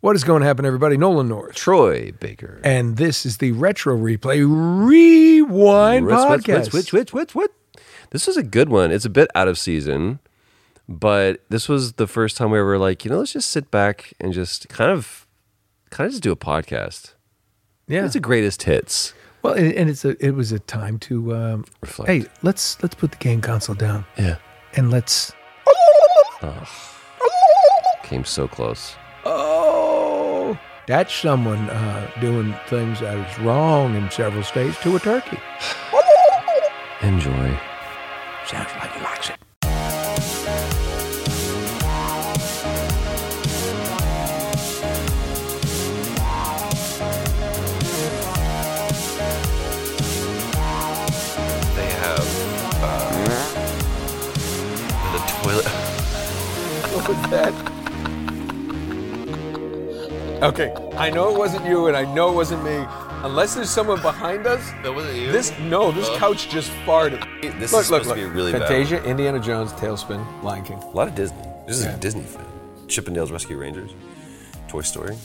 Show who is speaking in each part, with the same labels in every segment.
Speaker 1: What is going to happen, everybody? Nolan North.
Speaker 2: Troy Baker.
Speaker 1: And this is the Retro Replay Rewind
Speaker 2: Wits, wits,
Speaker 1: Podcast.
Speaker 2: wits, wits, wits, wits, wits. This is a good one. It's a bit out of season, but this was the first time we were like, you know, let's just sit back and just kind of, kind of just do a podcast.
Speaker 1: Yeah.
Speaker 2: It's the greatest hits.
Speaker 1: well, and, and it's a it was a time to um,
Speaker 2: Reflect.
Speaker 1: Hey, let's let's put the game console down
Speaker 2: Yeah.
Speaker 1: and let's.
Speaker 2: Came so close.
Speaker 1: Oh, that's someone uh, doing things that is wrong in several states to a turkey.
Speaker 2: Enjoy.
Speaker 1: Sounds like he likes it.
Speaker 2: They have uh, the toilet.
Speaker 1: What was that? okay, I know it wasn't you, and I know it wasn't me. Unless there's someone behind us,
Speaker 2: That wasn't you.
Speaker 1: This no, this couch just farted.
Speaker 2: This
Speaker 1: look,
Speaker 2: is
Speaker 1: look,
Speaker 2: supposed to
Speaker 1: look.
Speaker 2: be really bad.
Speaker 1: Fantasia, Indiana Jones, Tailspin, Lion King.
Speaker 2: A lot of Disney. This is a Disney fan. Chippendales Rescue Rangers, Toy Story.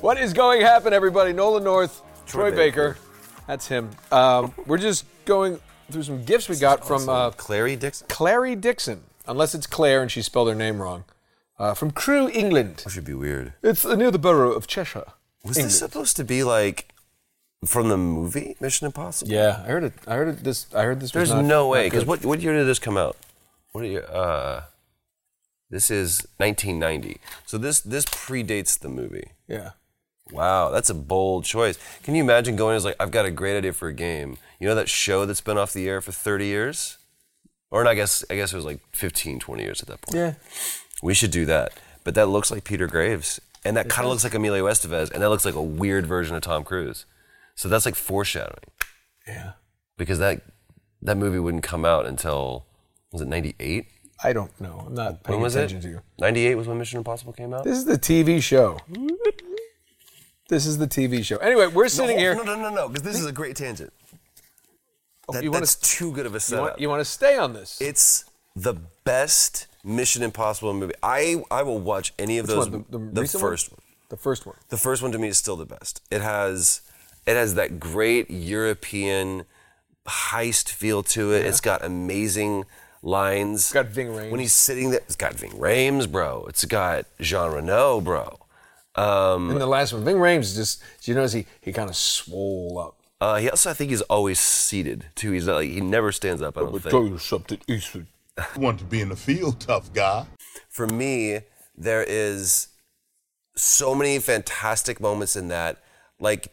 Speaker 1: What is going to happen, everybody? Nolan North, Troy,
Speaker 2: Troy
Speaker 1: Baker.
Speaker 2: Baker.
Speaker 1: that's him. Um, we're just going through some gifts we got from uh,
Speaker 2: Clary Dixon.
Speaker 1: Clary Dixon, unless it's Claire and she spelled her name wrong, uh, from Crewe, England.
Speaker 2: That should be weird.
Speaker 1: It's uh, near the borough of Cheshire.
Speaker 2: Was this supposed to be like from the movie Mission Impossible?
Speaker 1: Yeah, I heard it. I heard it. This I heard this.
Speaker 2: There's
Speaker 1: was not,
Speaker 2: no way.
Speaker 1: not
Speaker 2: Because
Speaker 1: good.
Speaker 2: what what year did this come out? What year? Uh, this is 1990. So this this predates the movie.
Speaker 1: Yeah.
Speaker 2: Wow, that's a bold choice. Can you imagine going as like, I've got a great idea for a game. You know that show that's been off the air for 30 years? Or and I guess I guess it was like 15, 20 years at that point.
Speaker 1: Yeah.
Speaker 2: We should do that. But that looks like Peter Graves. And that kind of looks like Emilio Estevez. And that looks like a weird version of Tom Cruise. So that's like foreshadowing.
Speaker 1: Yeah.
Speaker 2: Because that that movie wouldn't come out until, was it 98?
Speaker 1: I don't know. I'm not paying
Speaker 2: When was
Speaker 1: attention
Speaker 2: it?
Speaker 1: to you.
Speaker 2: 98 was when Mission Impossible came out?
Speaker 1: This is the TV show. This is the TV show. Anyway, we're
Speaker 2: No,
Speaker 1: sitting here. Oh,
Speaker 2: No, no, no, no. Because this is a great tangent. That,
Speaker 1: you wanna-
Speaker 2: that's too good of a
Speaker 1: You
Speaker 2: setup.
Speaker 1: want, you want to stay on this?
Speaker 2: It's the best Mission Impossible movie. I I will watch any of
Speaker 1: Which
Speaker 2: those.
Speaker 1: one? The, the recent
Speaker 2: first one.
Speaker 1: The first one.
Speaker 2: The first one to me is still the best. It has it has that great European heist feel to it. It's got amazing lines. It's
Speaker 1: got Ving Rhames.
Speaker 2: When he's sitting there, it's got Ving Rhames, bro. It's got Jean Reno, bro. Um,
Speaker 1: And the last one. Ving Rhames just, did you notice he, he kind of swole up.
Speaker 2: uh, he also, I think, he's always seated too. He's not like he never stands up. I don't think.
Speaker 1: you something, Eastwood.
Speaker 3: want to be in the field, tough guy.
Speaker 2: for me, there is so many fantastic moments in that. Like,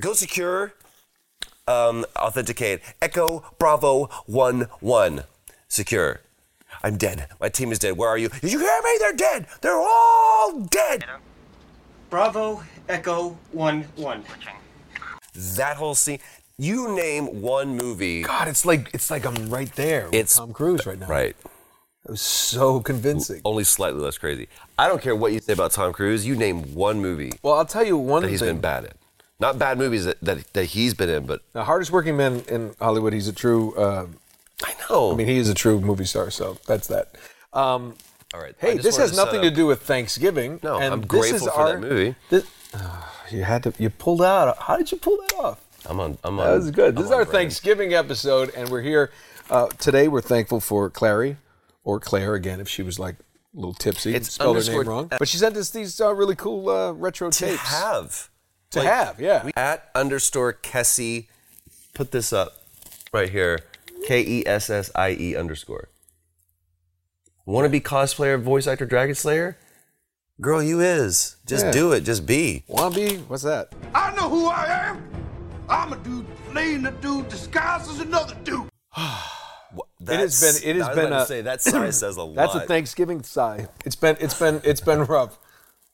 Speaker 2: go secure, um, authenticate, echo, bravo, one, one, secure. I'm dead. My team is dead. Where are you? Did you hear me? They're dead. They're all dead.
Speaker 4: Bravo, Echo, 1 1.
Speaker 2: That whole scene. You name one movie.
Speaker 1: God, it's like it's like I'm right there with
Speaker 2: It's-
Speaker 1: Tom Cruise right now.
Speaker 2: Right. Oh.
Speaker 1: It was so convincing.
Speaker 2: Only slightly less crazy. I don't care what you say about Tom Cruise. You name one movie
Speaker 1: Well, I'll tell you one
Speaker 2: that he's
Speaker 1: thing.
Speaker 2: been bad in. Not bad movies that, that, that he's been in, but
Speaker 1: The hardest working man in Hollywood. He's a true. Uh,
Speaker 2: I know.
Speaker 1: I mean, he is a true movie star. So that's that. Um,
Speaker 2: All right. I
Speaker 1: hey,
Speaker 2: just
Speaker 1: this
Speaker 2: wanted
Speaker 1: has nothing
Speaker 2: set
Speaker 1: to
Speaker 2: up-
Speaker 1: do with Thanksgiving.
Speaker 2: No,
Speaker 1: and
Speaker 2: I'm
Speaker 1: this
Speaker 2: grateful
Speaker 1: is
Speaker 2: for
Speaker 1: our,
Speaker 2: that movie.
Speaker 1: This, Ah, you had to. You pulled out. How did you pull that off?
Speaker 2: I'm on. I'm on.
Speaker 1: That was good. This
Speaker 2: I'm
Speaker 1: is
Speaker 2: on
Speaker 1: our
Speaker 2: brand.
Speaker 1: Thanksgiving episode, and we're here uh, today. We're thankful for Clary, or Claire again, if she was like a little tipsy,
Speaker 2: It's
Speaker 1: spelled her name
Speaker 2: underscored-
Speaker 1: wrong. But she sent us these uh, really cool uh, retro
Speaker 2: To
Speaker 1: tapes
Speaker 2: have.
Speaker 1: to have. Yeah,
Speaker 2: We, at underscore Kessie. Put this up right here. K E S S I E underscore. Want to be cosplayer, voice actor, Dragon Slayer? Girl, you is. Just
Speaker 1: Yeah.
Speaker 2: do it. Just be.
Speaker 1: Wambi, what's that?
Speaker 3: I know who I am. I'm a dude playing a dude disguised as another dude.
Speaker 5: It has
Speaker 2: That's-
Speaker 5: been- it has
Speaker 2: I was
Speaker 5: been
Speaker 2: about to
Speaker 5: a-
Speaker 2: say that sigh says a lot.
Speaker 5: That's a Thanksgiving sigh. It's been it's been it's been rough.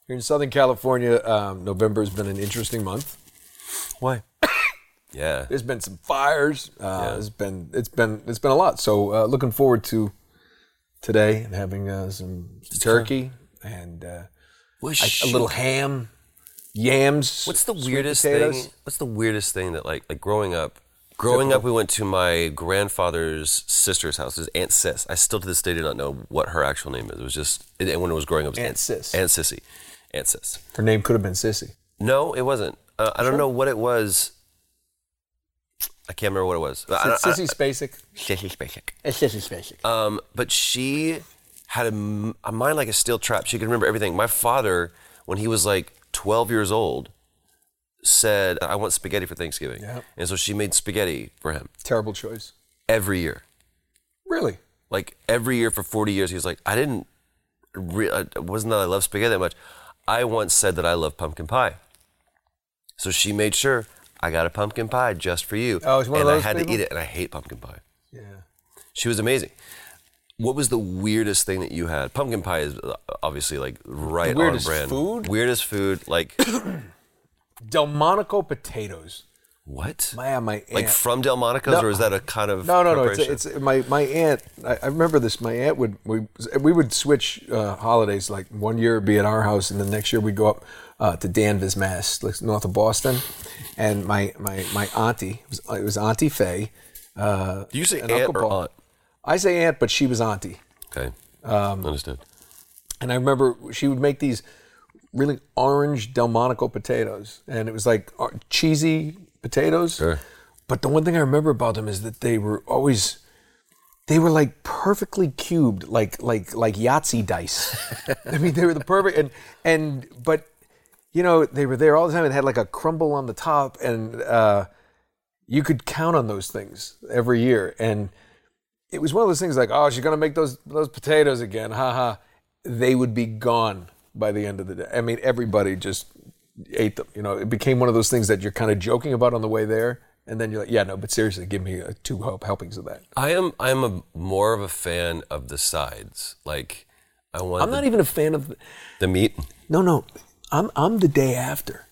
Speaker 5: Here in Southern California, um, November has been an interesting month. Why?
Speaker 2: Yeah.
Speaker 5: There's been some fires. Uh, It's been it's been it's been a lot. So uh, looking forward to today and having uh, some turkey and uh, a, a little ham, yams.
Speaker 2: What's the
Speaker 5: sweet
Speaker 2: weirdest
Speaker 5: potatoes.
Speaker 2: thing? What's the weirdest thing that like like growing up? Growing up, we went to my grandfather's sister's house. His aunt Sis. I still to this day do not know what her actual name is. It was just and when it was growing up, it was
Speaker 5: Aunt Sis.
Speaker 2: Aunt Sissy, Aunt Sis.
Speaker 5: Her name could have been Sissy.
Speaker 2: No, it wasn't. Uh, I don't know what it was. I can't remember what it was. I don't- I-
Speaker 5: Sissy Spacek.
Speaker 2: Sissy Spacek.
Speaker 5: It's Sissy Spacek.
Speaker 2: Um, but she had a, m- a mind like a steel trap. She could remember everything. My father, when he was like 12 years old, said, I want spaghetti for Thanksgiving.
Speaker 5: Yeah.
Speaker 2: And so she made spaghetti for him
Speaker 5: Terrible choice.
Speaker 2: every year.
Speaker 5: Really?
Speaker 2: Like every year for 40 years, he was like, I didn't, re- I- it wasn't that I love spaghetti that much. I once said that I love pumpkin pie. So she made sure I got a pumpkin pie just for you.
Speaker 5: Oh, it's one of
Speaker 2: and
Speaker 5: those
Speaker 2: I had
Speaker 5: people?
Speaker 2: to eat it, and I hate pumpkin pie.
Speaker 5: Yeah.
Speaker 2: She was amazing. What was the weirdest thing that you had? Pumpkin pie is uh, obviously like right
Speaker 5: The weirdest
Speaker 2: on brand.
Speaker 5: food?
Speaker 2: Weirdest food, like
Speaker 5: Delmonico potatoes.
Speaker 2: what?
Speaker 5: My my aunt.
Speaker 2: like from Delmonico's,
Speaker 5: No.
Speaker 2: or is that a kind of
Speaker 5: No, no, no. It's,
Speaker 2: preparation?
Speaker 5: it's my my aunt. I, I remember this. My aunt would we we would switch uh, holidays. Like one year it'd be at our house, and the next year we'd go up uh, to Danvers, Mass, like north of Boston. And my my my auntie it was, it was Auntie Faye. Uh,
Speaker 2: Do you say
Speaker 5: and
Speaker 2: aunt
Speaker 5: Uncle
Speaker 2: or
Speaker 5: Paul.
Speaker 2: aunt?
Speaker 5: I say aunt, but she was auntie.
Speaker 2: Okay,
Speaker 5: Um,
Speaker 2: understood.
Speaker 5: And I remember she would make these really orange Delmonico potatoes, and it was like uh, cheesy potatoes.
Speaker 2: Sure.
Speaker 5: But the one thing I remember about them is that they were always they were like perfectly cubed, like like like Yahtzee dice. I mean, they were the perfect and and but you know they were there all the time and had like a crumble on the top, and uh, you could count on those things every year. And it was one of those things like, oh, she's gonna make those those potatoes again, haha. They would be gone by the end of the day. I mean, everybody just ate them. You know, it became one of those things that you're kind of joking about on the way there, and then you're like, yeah, no, but seriously, give me uh, two help- helpings of that.
Speaker 2: I am. I am a more of a fan of the sides. Like I want
Speaker 5: I'm
Speaker 2: the,
Speaker 5: not even a fan of.
Speaker 2: the meat.
Speaker 5: No, no, I'm I'm the day after.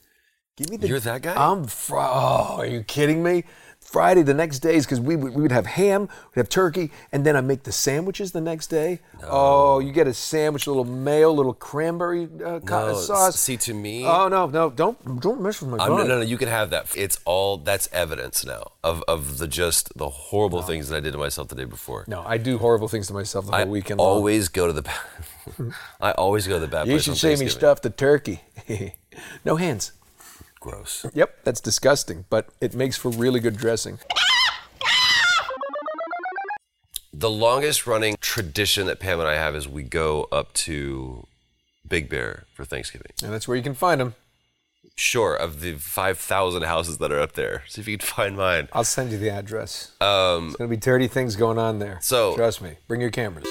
Speaker 5: Give me the.
Speaker 2: You're that guy?
Speaker 5: I'm. Fr- oh, are you kidding me? Friday the next day is because we would, we would have ham, we'd have turkey, and then I make the sandwiches the next day. Oh, you get a sandwich, a little mayo, a little cranberry uh, co-
Speaker 2: No,
Speaker 5: sauce.
Speaker 2: see, to me-
Speaker 5: Oh no, no, don't don't mess with my
Speaker 2: I'm,
Speaker 5: brother.
Speaker 2: no, no, no. You can have that. It's all. That's evidence now of of the just the horrible things that I did to myself the day before.
Speaker 5: No, I do horrible things to myself the whole
Speaker 2: I
Speaker 5: weekend. long.
Speaker 2: always go to the. ba- I always go to the bad
Speaker 5: You
Speaker 2: place.
Speaker 5: should
Speaker 2: on
Speaker 5: see me
Speaker 2: Thanksgiving.
Speaker 5: stuff the turkey. no hands.
Speaker 2: Gross.
Speaker 5: Yep, that's disgusting, but it makes for really good dressing.
Speaker 2: The longest running tradition that Pam and I have is we go up to Big Bear for Thanksgiving.
Speaker 5: And that's where you can find them.
Speaker 2: Sure, of the five thousand houses that are up there, see if you can find mine.
Speaker 5: I'll send you the address.
Speaker 2: Um,
Speaker 5: There's going to be dirty things going on there.
Speaker 2: So-
Speaker 5: Trust me. Bring your cameras.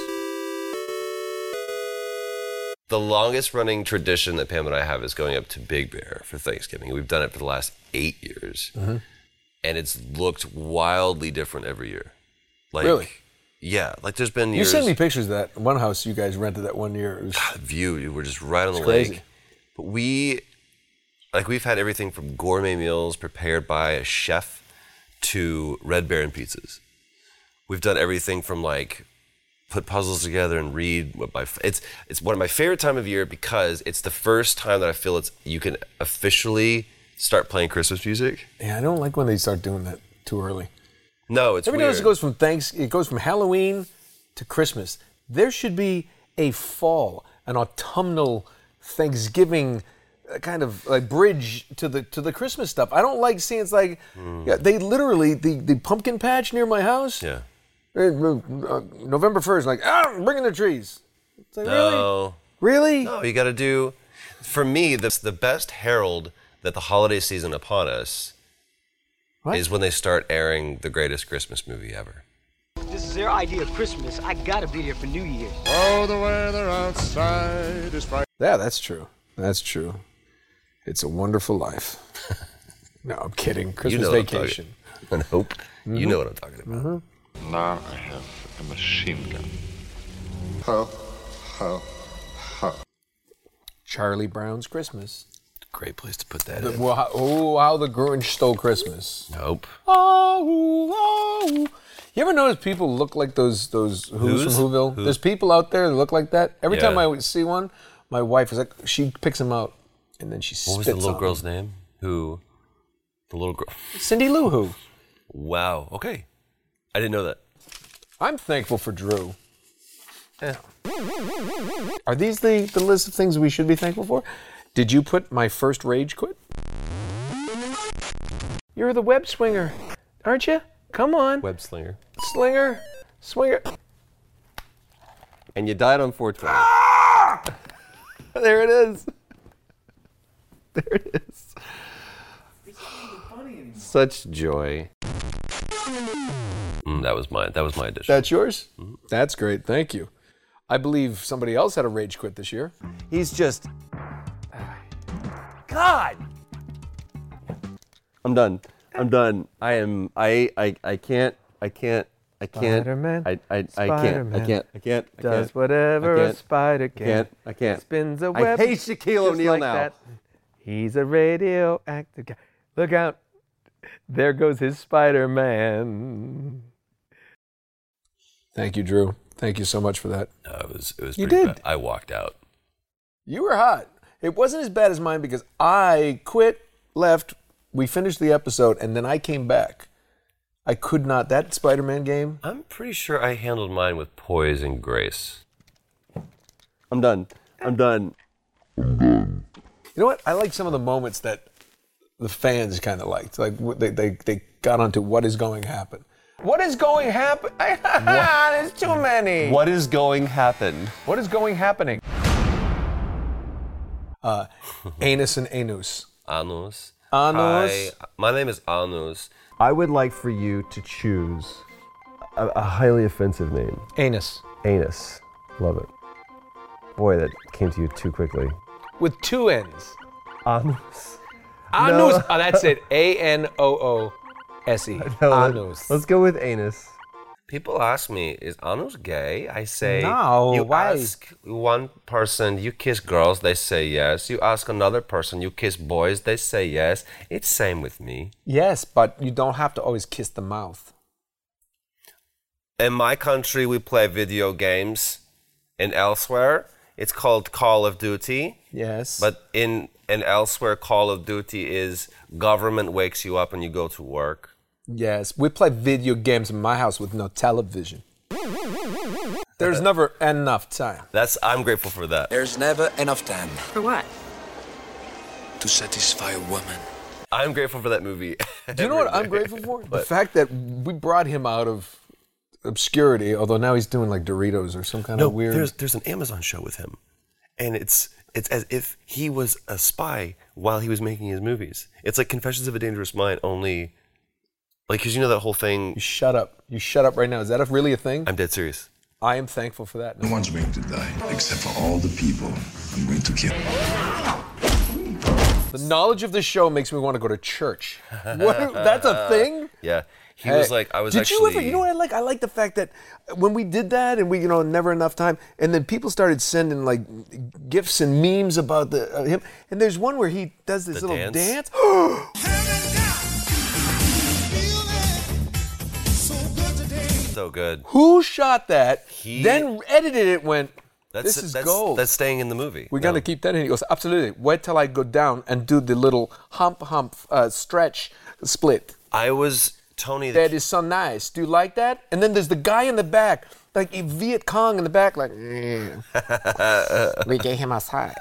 Speaker 2: the longest running tradition that Pam and I have is going up to Big Bear for Thanksgiving. We've done it for the last eight years,
Speaker 5: Mm-hmm.
Speaker 2: and it's looked wildly different every year. Like,
Speaker 5: Really?
Speaker 2: Yeah, like there's been
Speaker 5: You
Speaker 2: years.
Speaker 5: sent me pictures of that one house you guys rented that one year. It was-
Speaker 2: the view. You were just right on
Speaker 5: It's
Speaker 2: the
Speaker 5: crazy.
Speaker 2: lake. But we, like, we've had everything from gourmet meals prepared by a chef to Red Baron pizzas. We've done everything from like put puzzles together and read. What my it's it's one of my favorite time of year because it's the first time that I feel it's you can officially start playing Christmas music.
Speaker 5: yeah, I don't like when they start doing that too early.
Speaker 2: No, it's
Speaker 5: Everybody
Speaker 2: weird.
Speaker 5: else goes from thanks. It goes from Halloween to Christmas. There should be a fall, an autumnal Thanksgiving uh, kind of like bridge to the to the Christmas stuff. I don't like seeing it's like yeah, they literally the the pumpkin patch near my house.
Speaker 2: Hmm. yeah.
Speaker 5: uh, uh, November first, like ah, bringing the trees. It's like
Speaker 2: No.
Speaker 5: really, really.
Speaker 2: No, you got to do. For me, the the best herald that the holiday season upon us
Speaker 5: What?
Speaker 2: is when they start airing the greatest Christmas movie ever.
Speaker 6: This is their idea of Christmas. I gotta be there for New Year's.
Speaker 3: Oh, the weather outside is bright.
Speaker 5: Yeah, that's true. That's true. It's a wonderful life. no, I'm kidding. Christmas
Speaker 2: know what I'm talking-
Speaker 5: vacation.
Speaker 7: Mm-hmm.
Speaker 2: I hope you know what I'm talking about.
Speaker 8: Now I have a machine gun.
Speaker 3: Ho, ho, ho.
Speaker 5: Charlie Brown's Christmas.
Speaker 9: Great place to put that
Speaker 5: The-
Speaker 9: in.
Speaker 5: well, how- oh, how the Grinch stole Christmas.
Speaker 9: Nope.
Speaker 5: Oh, oh. You ever notice people look like those those who's,
Speaker 9: Who's?
Speaker 5: from Whoville?
Speaker 9: Who?
Speaker 5: There's people out there that look like that. Every time
Speaker 9: Yeah.
Speaker 5: I see one, my wife is like, she picks them out and then she
Speaker 9: What
Speaker 5: spits
Speaker 9: was the little
Speaker 5: on
Speaker 9: girl's name? Who? The little girl.
Speaker 5: them. Cindy Lou Who.
Speaker 9: Wow. Okay. I didn't know that.
Speaker 5: I'm thankful for Drew. Are these the, the list of things we should be thankful for? Did you put my first rage quit? You're the web swinger, aren't you? Come on,
Speaker 7: Web slinger.
Speaker 5: slinger, swinger.
Speaker 7: And you died on 420.
Speaker 5: There it is.
Speaker 7: Such joy.
Speaker 9: Mm, that was mine. That was my addition.
Speaker 5: That's yours? That's great. Thank you. I believe somebody else had a rage quit this year.
Speaker 7: He's just. God! I'm done. I'm done. I am. I. I. I can't. I can't. I can't.
Speaker 1: Spider-Man,
Speaker 7: I. I. I can't. I
Speaker 1: Spider-Man
Speaker 7: can't. I can't. I
Speaker 1: Does
Speaker 7: can't.
Speaker 1: whatever
Speaker 7: I
Speaker 1: a
Speaker 7: can't.
Speaker 1: spider
Speaker 7: I
Speaker 1: can.
Speaker 7: can't. I can't.
Speaker 1: Spins a
Speaker 7: I
Speaker 1: web.
Speaker 7: hate Shaquille
Speaker 1: just
Speaker 7: O'Neal
Speaker 1: like
Speaker 7: now.
Speaker 1: that. He's a radioactive guy. Look out. There goes his Spider Man.
Speaker 5: Thank you, Drew. Thank you so much for that.
Speaker 9: No, it was. It was.
Speaker 5: You
Speaker 9: pretty
Speaker 5: did.
Speaker 9: Bad. I walked out.
Speaker 5: You were hot. It wasn't as bad as mine because I quit, left, we finished the episode, and then I came back. I could not. That Spider Man game,
Speaker 9: I'm pretty sure I handled mine with poise and grace.
Speaker 7: I'm done. I'm done.
Speaker 5: you know what? I like some of the moments that the fans kind of liked. Like wh- they, they, they got onto what is going to happen. What is going happen? There's too many.
Speaker 7: What is going happen?
Speaker 5: What is going happening? Uh, anus and anus.
Speaker 9: Anus.
Speaker 5: Anus.
Speaker 9: Hi, my name is Anus.
Speaker 7: I would like for you to choose a, a highly offensive name.
Speaker 5: Anus.
Speaker 7: Anus. Love it. Boy, that came to you too quickly.
Speaker 5: With two N's.
Speaker 7: Anus.
Speaker 5: Anus. Oh, that's it. A N O O S E. Anus.
Speaker 7: Let's go with anus.
Speaker 9: People ask me, is Anus gay? I say,
Speaker 5: No,
Speaker 9: You
Speaker 5: why?
Speaker 9: ask one person, you kiss girls, they say yes. You ask another person, you kiss boys, they say yes. It's same with me.
Speaker 5: Yes, but you don't have to always kiss the mouth.
Speaker 2: In my country, we play video games, and elsewhere, it's called Call of Duty.
Speaker 5: Yes.
Speaker 2: But in and elsewhere, Call of Duty is government wakes you up and you go to work.
Speaker 5: yes, we play video games in my house with no television. There's
Speaker 2: Uh,
Speaker 5: never enough time.
Speaker 2: That's I'm grateful for that.
Speaker 10: There's never enough time
Speaker 11: For what?
Speaker 10: to satisfy a woman.
Speaker 2: I'm grateful for that movie.
Speaker 5: Do you know what I'm grateful for? The fact that we brought him out of obscurity, although now he's doing like Doritos or some kind
Speaker 2: No,
Speaker 5: of weird.
Speaker 2: there's there's an Amazon show with him, and it's it's as if he was a spy while he was making his movies. It's like Confessions of a Dangerous Mind, only like because you know that whole
Speaker 5: You
Speaker 2: thing.
Speaker 5: shut up. You shut up right now. Is that a- really a thing?
Speaker 2: I'm dead serious.
Speaker 5: I am thankful for that.
Speaker 3: No one's going to die, except for all the people I'm going to kill.
Speaker 5: The knowledge of this show makes me want to go to church. What, that's a thing?
Speaker 2: Yeah, he was
Speaker 5: Hey,
Speaker 2: like I was.
Speaker 5: Did
Speaker 2: actually,
Speaker 5: you ever? You know what I like? I like the fact that when we did that, and we, you know, never enough time, and then people started sending like gifts and memes about the uh, him. And there's one where he does this
Speaker 9: The
Speaker 5: little dance.
Speaker 9: dance? So good.
Speaker 5: Who shot that?
Speaker 9: He-
Speaker 5: then edited it. Went.
Speaker 9: That's
Speaker 5: this is
Speaker 9: that's,
Speaker 5: gold.
Speaker 9: That's staying in the movie.
Speaker 5: we gotta keep that in. He goes, absolutely. Wait till I go down and do the little hump, hump, uh, stretch, split.
Speaker 9: I was Tony. The,
Speaker 5: That is so nice. Do you like that? And then there's the guy in the back, like a Viet Cong in the back, like. we get him outside.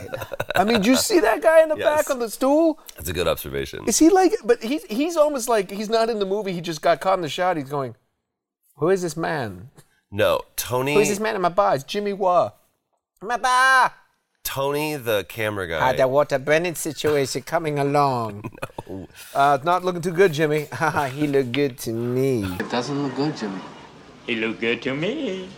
Speaker 5: I mean, do you see that guy in the
Speaker 9: Yes.
Speaker 5: back on the stool?
Speaker 9: that's a good observation.
Speaker 5: Is he like? But he's he's almost like he's not in the movie. He just got caught in the shot. He's going, "Who is this man?
Speaker 9: No, Tony.
Speaker 5: Who is this man in my bar? It's Jimmy Wah. My bar.
Speaker 9: Tony, the camera guy.
Speaker 5: Had that Walter Bennett situation coming along. no. Uh, not looking too good, Jimmy. Haha, he looked good to me.
Speaker 1: It doesn't look good, Jimmy.
Speaker 4: He looked good to me.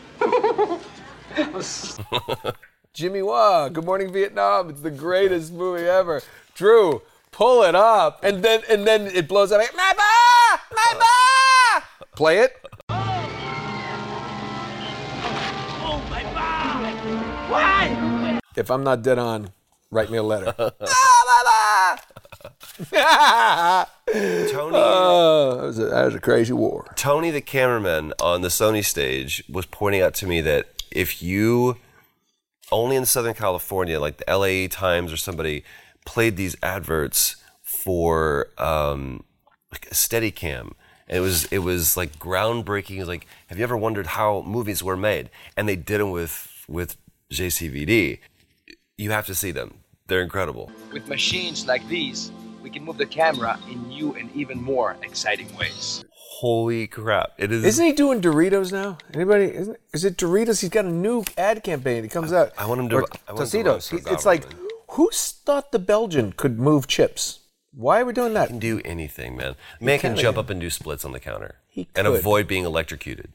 Speaker 5: Jimmy Wah, Good Morning Vietnam. It's the greatest movie ever. Drew, pull it up, and then and then it blows up. My ba, my ba. Play it.
Speaker 4: Why?
Speaker 5: If I'm not dead on, write me a letter.
Speaker 9: Ah,
Speaker 2: Tony.
Speaker 5: Oh, that was a, that was a crazy war.
Speaker 2: Tony, the cameraman on the Sony stage, was pointing out to me that if you only in Southern California, like the LA Times or somebody, played these adverts for um, like a Steadicam, and it was it was like groundbreaking. It was like, have you ever wondered how movies were made? And they did them with with JCVD. You have to see them. They're incredible.
Speaker 6: With machines like these, we can move the camera in new and even more exciting ways.
Speaker 2: Holy crap! It is.
Speaker 5: Isn't he doing Doritos now? Anybody? Isn't, is it Doritos? He's got a new ad campaign. It comes out.
Speaker 2: I want him to-
Speaker 5: Or
Speaker 2: I want him to
Speaker 5: Tostitos.
Speaker 2: run for
Speaker 5: It's like,
Speaker 2: government.
Speaker 5: who thought the Belgian could move chips? Why are we doing that?
Speaker 2: can do anything, man. Man can
Speaker 5: can.
Speaker 2: jump up and do splits on the counter
Speaker 5: He
Speaker 2: and
Speaker 5: could.
Speaker 2: avoid being electrocuted.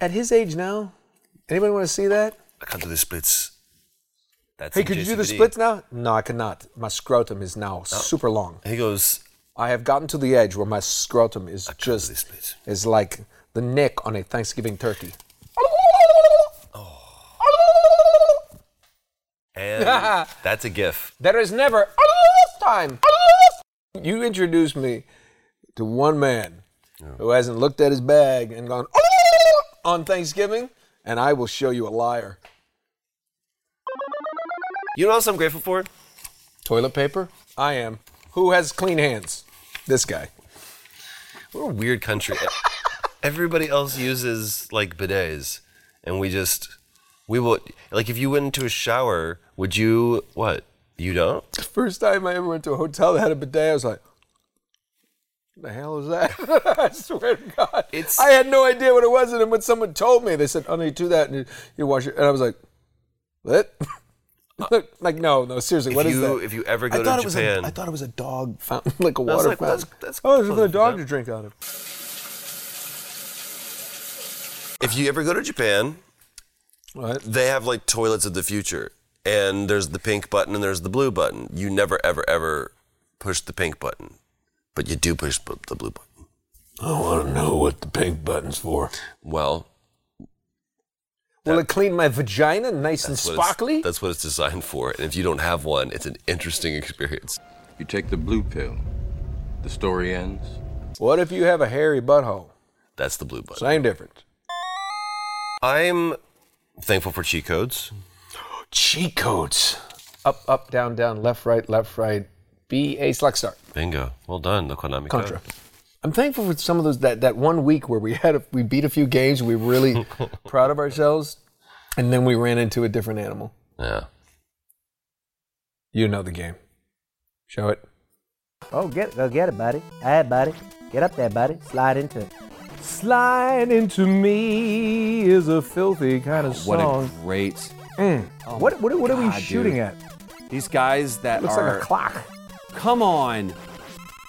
Speaker 5: At his age now, anybody want to see that?
Speaker 2: I can't do the splits. That's
Speaker 5: Hey,
Speaker 2: in
Speaker 5: could you do the
Speaker 2: JCVD.
Speaker 5: splits now? No, I cannot. My scrotum is now
Speaker 2: Oh.
Speaker 5: super long.
Speaker 2: He goes,
Speaker 5: I have gotten to the edge where my scrotum is
Speaker 2: can't do the splits.
Speaker 5: just is like the neck on a Thanksgiving turkey.
Speaker 2: Oh. and that's a gif.
Speaker 5: There is never "Oh, time. Oh, You introduced me to one man who hasn't looked at his bag and gone "Oh, on Thanksgiving, and I will show you a liar.
Speaker 2: You know what else I'm grateful for?
Speaker 5: Toilet paper? I am. Who has clean hands? This guy.
Speaker 2: We're a weird country. E-, Everybody else uses like bidets, and we just we will like if you went into a shower, would you what? You don't?
Speaker 5: The first time I ever went to a hotel that had a bidet, I was like, "What the hell is that?" I swear to God,
Speaker 2: It's-
Speaker 5: I had no idea what it was, and then when someone told me, they said, "Oh no, you do that and you, you wash it," and I was like, "What?" like, no, no, seriously,
Speaker 2: If
Speaker 5: what is
Speaker 2: you-
Speaker 5: that?
Speaker 2: if you ever go
Speaker 5: I
Speaker 2: to
Speaker 5: thought it was a-
Speaker 2: Japan-
Speaker 5: I thought it was a dog fountain, like a
Speaker 2: I was
Speaker 5: water
Speaker 2: like,
Speaker 5: fountain.
Speaker 2: that's- that's
Speaker 5: oh, it's for
Speaker 2: close
Speaker 5: a dog
Speaker 2: enough.
Speaker 5: to drink out of.
Speaker 2: If you ever go to Japan,
Speaker 5: What?
Speaker 2: they have like toilets of the future. And there's the pink button and there's the blue button. You never, ever, ever push the pink button, but you do push bu- the blue button.
Speaker 5: I want to know what the pink button's for.
Speaker 2: Well,
Speaker 5: Will it clean my vagina nice and
Speaker 2: that's what, it's,
Speaker 5: sparkly?
Speaker 2: that's what it's designed for. And if you don't have one, it's an interesting experience.
Speaker 10: You take the blue pill. The story ends.
Speaker 5: What if you have a hairy butthole?
Speaker 2: That's the blue button.
Speaker 5: Same difference.
Speaker 2: I'm thankful for cheat codes.
Speaker 5: cheat codes. Up, up, down, down, left, right, left, right. B, A, select, start.
Speaker 2: Bingo. Well done, the Konami code.
Speaker 5: Contra. I'm thankful for some of those that, that one week where we had a, we beat a few games. We were really proud of ourselves, and then we ran into a different animal.
Speaker 2: Yeah.
Speaker 5: You know the game. Show it.
Speaker 11: Oh, get it. Go get it, buddy. Hey, buddy. Get up there, buddy. Slide into it.
Speaker 1: Slide into me is a filthy kind of
Speaker 12: What a
Speaker 1: song.
Speaker 12: great.
Speaker 1: Oh. Mm.
Speaker 12: Oh
Speaker 1: what,
Speaker 12: my
Speaker 1: what, what are we
Speaker 12: God,
Speaker 1: shooting
Speaker 12: dude.
Speaker 1: at?
Speaker 12: These guys that
Speaker 1: Looks
Speaker 12: are.
Speaker 1: like a clock.
Speaker 12: Come on.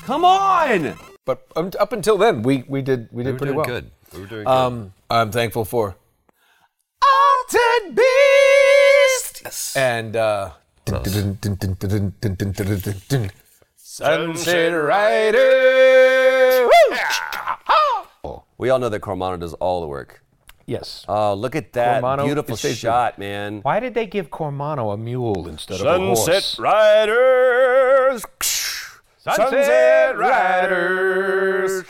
Speaker 12: Come on.
Speaker 5: But um, up until then, we we did we
Speaker 2: We
Speaker 5: did
Speaker 2: were
Speaker 5: pretty
Speaker 2: doing
Speaker 5: well.
Speaker 2: good. We were doing good.
Speaker 5: Um, I'm thankful for Altered Beast and uh,
Speaker 12: Um,
Speaker 5: Sunset Rider.
Speaker 12: We all know that Carmona does all the work.
Speaker 1: Yes.
Speaker 12: Oh, look at that
Speaker 1: Cormano
Speaker 12: beautiful
Speaker 1: is safety.
Speaker 12: shot, man.
Speaker 1: Why did they give Cormano a mule instead of a horse?
Speaker 12: Sunset Riders. Sunset Riders.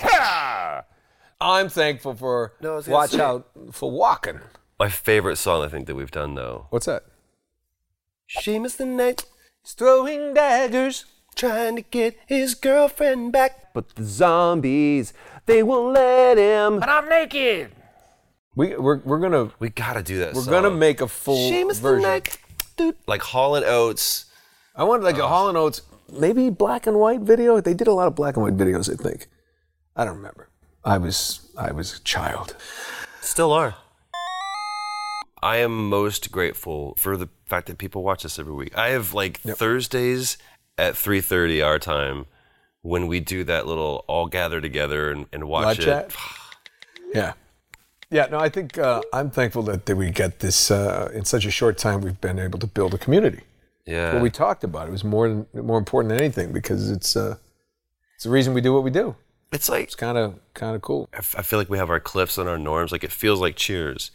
Speaker 5: I'm thankful for
Speaker 2: No, I was gonna
Speaker 5: Watch
Speaker 2: say-
Speaker 5: Out for Walking.
Speaker 2: My favorite song I think that we've done though.
Speaker 5: What's that?
Speaker 2: Seamus the Knight
Speaker 5: It's throwing daggers.
Speaker 2: trying to get his girlfriend back.
Speaker 12: But the zombies, they won't let him.
Speaker 1: I'm naked.
Speaker 5: We we're, we're gonna
Speaker 2: We gotta do that.
Speaker 5: we're
Speaker 2: song.
Speaker 5: gonna make a full version.
Speaker 2: like Hall and Oates.
Speaker 5: I wanted like a Hall and Oates, maybe black and white video. They did a lot of black and white videos, I think. I don't remember. I was I was a child.
Speaker 2: Still are. I am most grateful for the fact that people watch us every week. I have like Thursdays at 3:30 our time when we do that little all gather together and, and watch
Speaker 5: Live
Speaker 2: it.
Speaker 5: chat? Yeah. Yeah, no, I think uh, I'm thankful that, that we get this uh, in such a short time. We've been able to build a community.
Speaker 2: Yeah.
Speaker 5: What we uh, talked about it was more than, more important than anything because it's uh, it's the reason we do what we do.
Speaker 2: It's like it's
Speaker 5: kind of kind of cool.
Speaker 2: I, f- I feel like we have our cliffs and our norms. Like it feels like Cheers.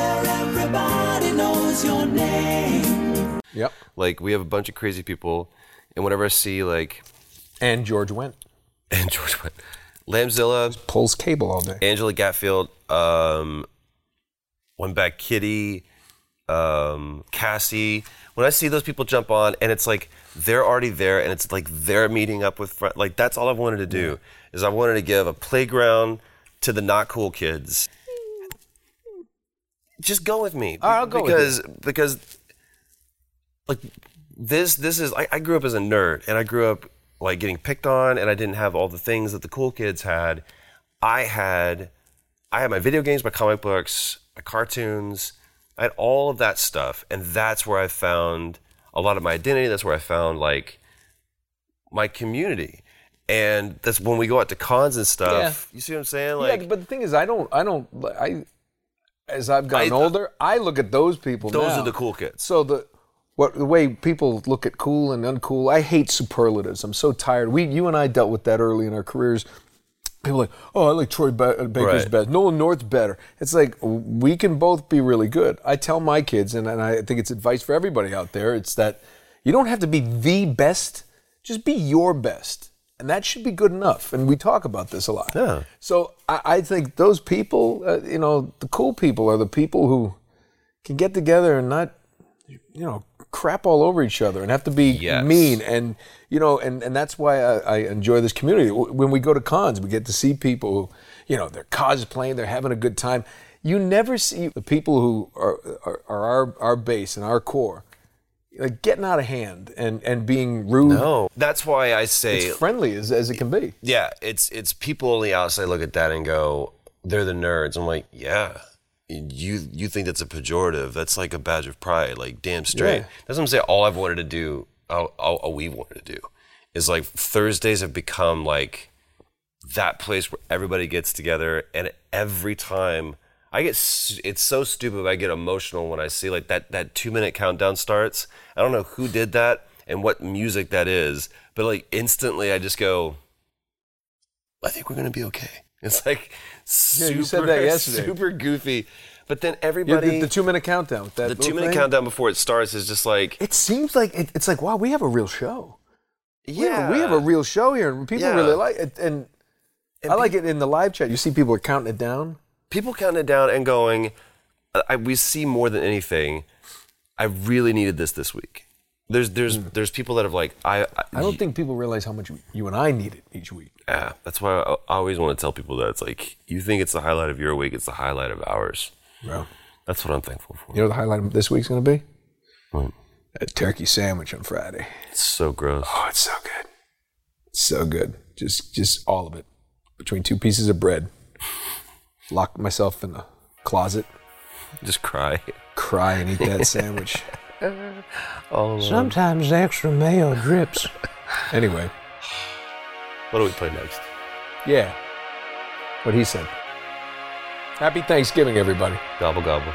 Speaker 13: Everybody knows your name.
Speaker 5: Yep.
Speaker 2: Like we have a bunch of crazy people, and whenever I see like,
Speaker 5: and George went,
Speaker 2: and George went, Lambzilla
Speaker 5: pulls cable all day.
Speaker 2: Angela Gatfield, um, One Back Kitty, um, Cassie. When I see those people jump on, and it's like they're already there, and it's like they're meeting up with friends. Like that's all I wanted to do is I wanted to give a playground to the not cool kids. Just go with me.
Speaker 5: All right, I'll go with
Speaker 2: because because like this this is I, I grew up as a nerd and I grew up like getting picked on and I didn't have all the things that the cool kids had. I had I had my video games, my comic books, my cartoons, I had all of that stuff, and that's where I found a lot of my identity. That's where I found like my community, and that's when we go out to cons and stuff. You see what I'm saying? Like,
Speaker 5: yeah, but the thing is, I don't, I don't, I, as I've gotten
Speaker 2: I-
Speaker 5: older, I look at those people.
Speaker 2: Those
Speaker 5: now.
Speaker 2: are the cool kids.
Speaker 5: So the what the way people look at cool and uncool, I hate superlatives. I'm so tired. We, you and I, dealt with that early in our careers. People are like, oh, I like Troy Ba- Baker's
Speaker 2: Right.
Speaker 5: best, Nolan North's better. It's like we can both be really good. I tell my kids, and, and I think it's advice for everybody out there. It's that you don't have to be the best; just be your best, and that should be good enough. And we talk about this a lot.
Speaker 2: Yeah.
Speaker 5: So I, I think those people, uh, you know, the cool people are the people who can get together and not, you know, crap all over each other and have to be
Speaker 2: Yes.
Speaker 5: mean. And, you know, and, and that's why I, I enjoy this community. W- When we go to cons, we get to see people who, you know, they're cosplaying, they're having a good time. You never see the people who are, are, are our, our base and our core like getting out of hand and, and being rude.
Speaker 2: no, that's why I say
Speaker 5: Mm. It's friendly as, as it can be.
Speaker 2: yeah, it's it's people on the outside look at that and go, they're the nerds. I'm like, yeah. You you think that's a pejorative? That's like a badge of pride. Like damn straight.
Speaker 5: Yeah.
Speaker 2: That's what I'm saying. All I've wanted to do, all, all, all we've wanted to do, is like Thursdays have become like that place where everybody gets together, and every time I get, s- it's so stupid. but I get emotional when I see like that that two minute countdown starts. I don't know who did that and what music that is, but like instantly I just go, I think we're gonna be okay. It's like
Speaker 5: Yeah,
Speaker 2: super,
Speaker 5: you said that yesterday.
Speaker 2: super goofy. But then
Speaker 5: Yeah,
Speaker 2: everybody,
Speaker 5: the, the two minute countdown. with That
Speaker 2: the
Speaker 5: little
Speaker 2: two minute
Speaker 5: thing.
Speaker 2: countdown before it starts is just like,
Speaker 5: It seems like it, it's like wow, we have a real show. We have
Speaker 2: yeah,
Speaker 5: a- we have a real show here, and people
Speaker 2: Yeah.
Speaker 5: really like it. And, I like it in the live chat. You see people are counting it down.
Speaker 2: people counting it down and going, I, I- we see more than anything. I really needed this this week. There's there's there's people that have like I I,
Speaker 5: Hmm. I don't think people realize how much you and I need it each week.
Speaker 2: yeah, that's why I, I always want to tell people that it's like you think it's the highlight of your week, it's the highlight of ours.
Speaker 5: Bro.
Speaker 2: That's what I'm thankful for.
Speaker 5: You know what the highlight of this week's going to be
Speaker 2: What?
Speaker 5: a turkey sandwich on Friday.
Speaker 2: It's so gross.
Speaker 5: Oh, it's so good, It's so good. Just just all of it between two pieces of bread. Lock myself in a closet,
Speaker 2: Just cry.
Speaker 5: cry and eat that sandwich.
Speaker 2: Oh,
Speaker 14: Sometimes extra mayo drips.
Speaker 5: Anyway,
Speaker 2: what do we play next?
Speaker 5: yeah, what he said. Happy Thanksgiving, everybody.
Speaker 2: Gobble gobble.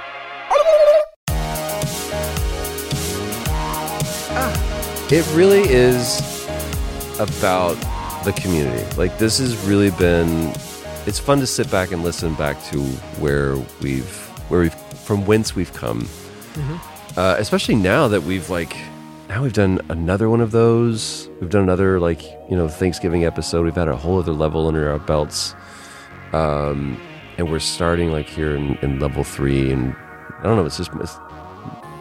Speaker 12: It really is about the community. Like, this has really been. It's fun to sit back and listen back to where we've, where we've, from whence we've come. Uh, especially now that we've like, now we've done another one of those. We've done another like, you know, Thanksgiving episode. We've had a whole other level under our belts, um, and we're starting like here in, in level three. And I don't know. It's just it's,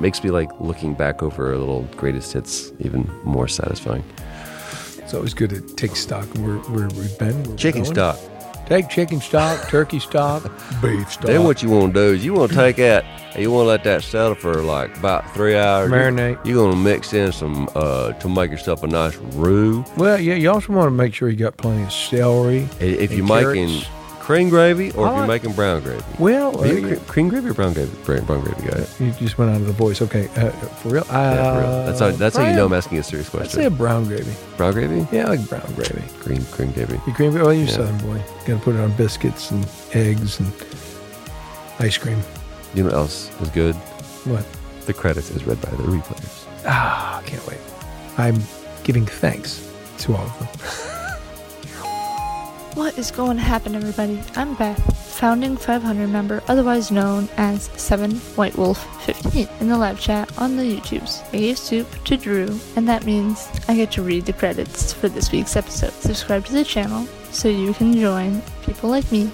Speaker 12: makes me like looking back over a little greatest hits even more satisfying.
Speaker 5: It's always good to take stock where, where we've been. Where
Speaker 12: Chicken
Speaker 5: we're
Speaker 12: stock.
Speaker 5: going. Take chicken stock, turkey stock, beef stock.
Speaker 12: Then what you want to do is you want to take that and you want to let that settle for like about three hours.
Speaker 1: Marinate.
Speaker 12: You're gonna mix in some uh, to make yourself a nice roux.
Speaker 1: Well, yeah, you also want to make sure you got plenty of celery.
Speaker 12: I- If
Speaker 1: and
Speaker 12: you're making
Speaker 1: carrots.
Speaker 12: cream gravy or
Speaker 1: I
Speaker 12: if you're
Speaker 1: like-
Speaker 12: making brown gravy.
Speaker 1: Well,
Speaker 12: Are
Speaker 1: uh,
Speaker 12: you a cre- cream gravy or brown gravy? Brown, brown gravy, guy.
Speaker 1: You just went out of the voice. Okay, uh, for real?
Speaker 12: Yeah, for real. That's how.
Speaker 1: Uh,
Speaker 12: That's how you
Speaker 1: brown-
Speaker 12: know I'm asking a serious
Speaker 1: I'd say a
Speaker 12: question.
Speaker 1: brown gravy.
Speaker 12: Brown gravy?
Speaker 1: Yeah, I like brown gravy.
Speaker 12: Green, cream gravy.
Speaker 1: You cream gravy? Oh, you
Speaker 12: Yeah.
Speaker 1: southern boy. Got to put it on biscuits and eggs and ice cream.
Speaker 12: You know what else is good?
Speaker 1: What?
Speaker 12: The credits is read by the replayers.
Speaker 1: Ah, I can't wait. I'm giving thanks to all of them.
Speaker 13: What is going to happen, everybody? I'm Beth, founding 500 member, otherwise known as 7 White Wolf 15, in the live chat on the YouTubes. I gave soup to Drew, and that means I get to read the credits for this week's episode. Subscribe to the channel so you can join people like me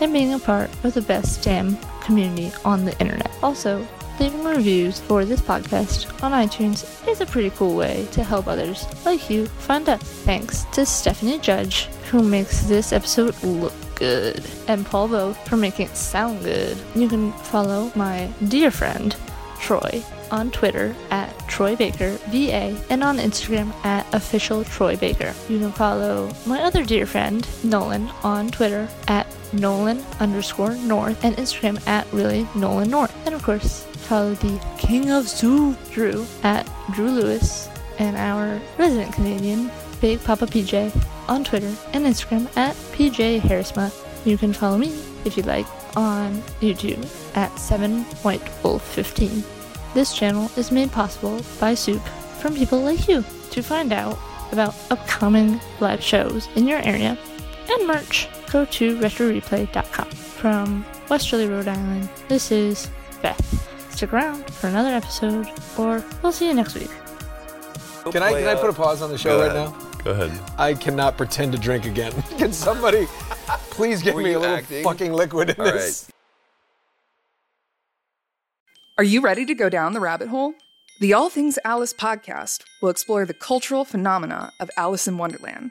Speaker 13: and being a part of the best damn community on the internet. Also, leaving reviews for this podcast on iTunes is a pretty cool way to help others like you find us. Thanks to Stephanie Judge, who makes this episode look good, and Paul Bo for making it sound good. You can follow my dear friend, Troy, on Twitter at Troy Baker VA and on Instagram at official Troy Baker. You can follow my other dear friend Nolan on Twitter at Nolan underscore North and Instagram at really Nolan North. And of course, follow the King of Zoo Drew at Drew Lewis and our resident Canadian Big Papa PJ on Twitter and Instagram at PJ Harrisma. You can follow me if you like on YouTube at 7 White Wolf 15. This channel is made possible by soup from people like you. To find out about upcoming live shows in your area and merch, go to retroreplay.com. From Westerly, Rhode Island, this is Beth. Stick around for another episode, or we'll see you next week.
Speaker 5: Can I can I put a pause on the show
Speaker 9: Go
Speaker 5: right
Speaker 9: ahead.
Speaker 5: now?
Speaker 9: Go ahead.
Speaker 5: I cannot pretend to drink again. Can somebody please give
Speaker 9: Were
Speaker 5: me
Speaker 9: you
Speaker 5: a little
Speaker 9: acting?
Speaker 5: fucking liquid in
Speaker 9: All
Speaker 5: this?
Speaker 15: Are you ready to go down the rabbit hole? The All Things Alice podcast will explore the cultural phenomena of Alice in Wonderland.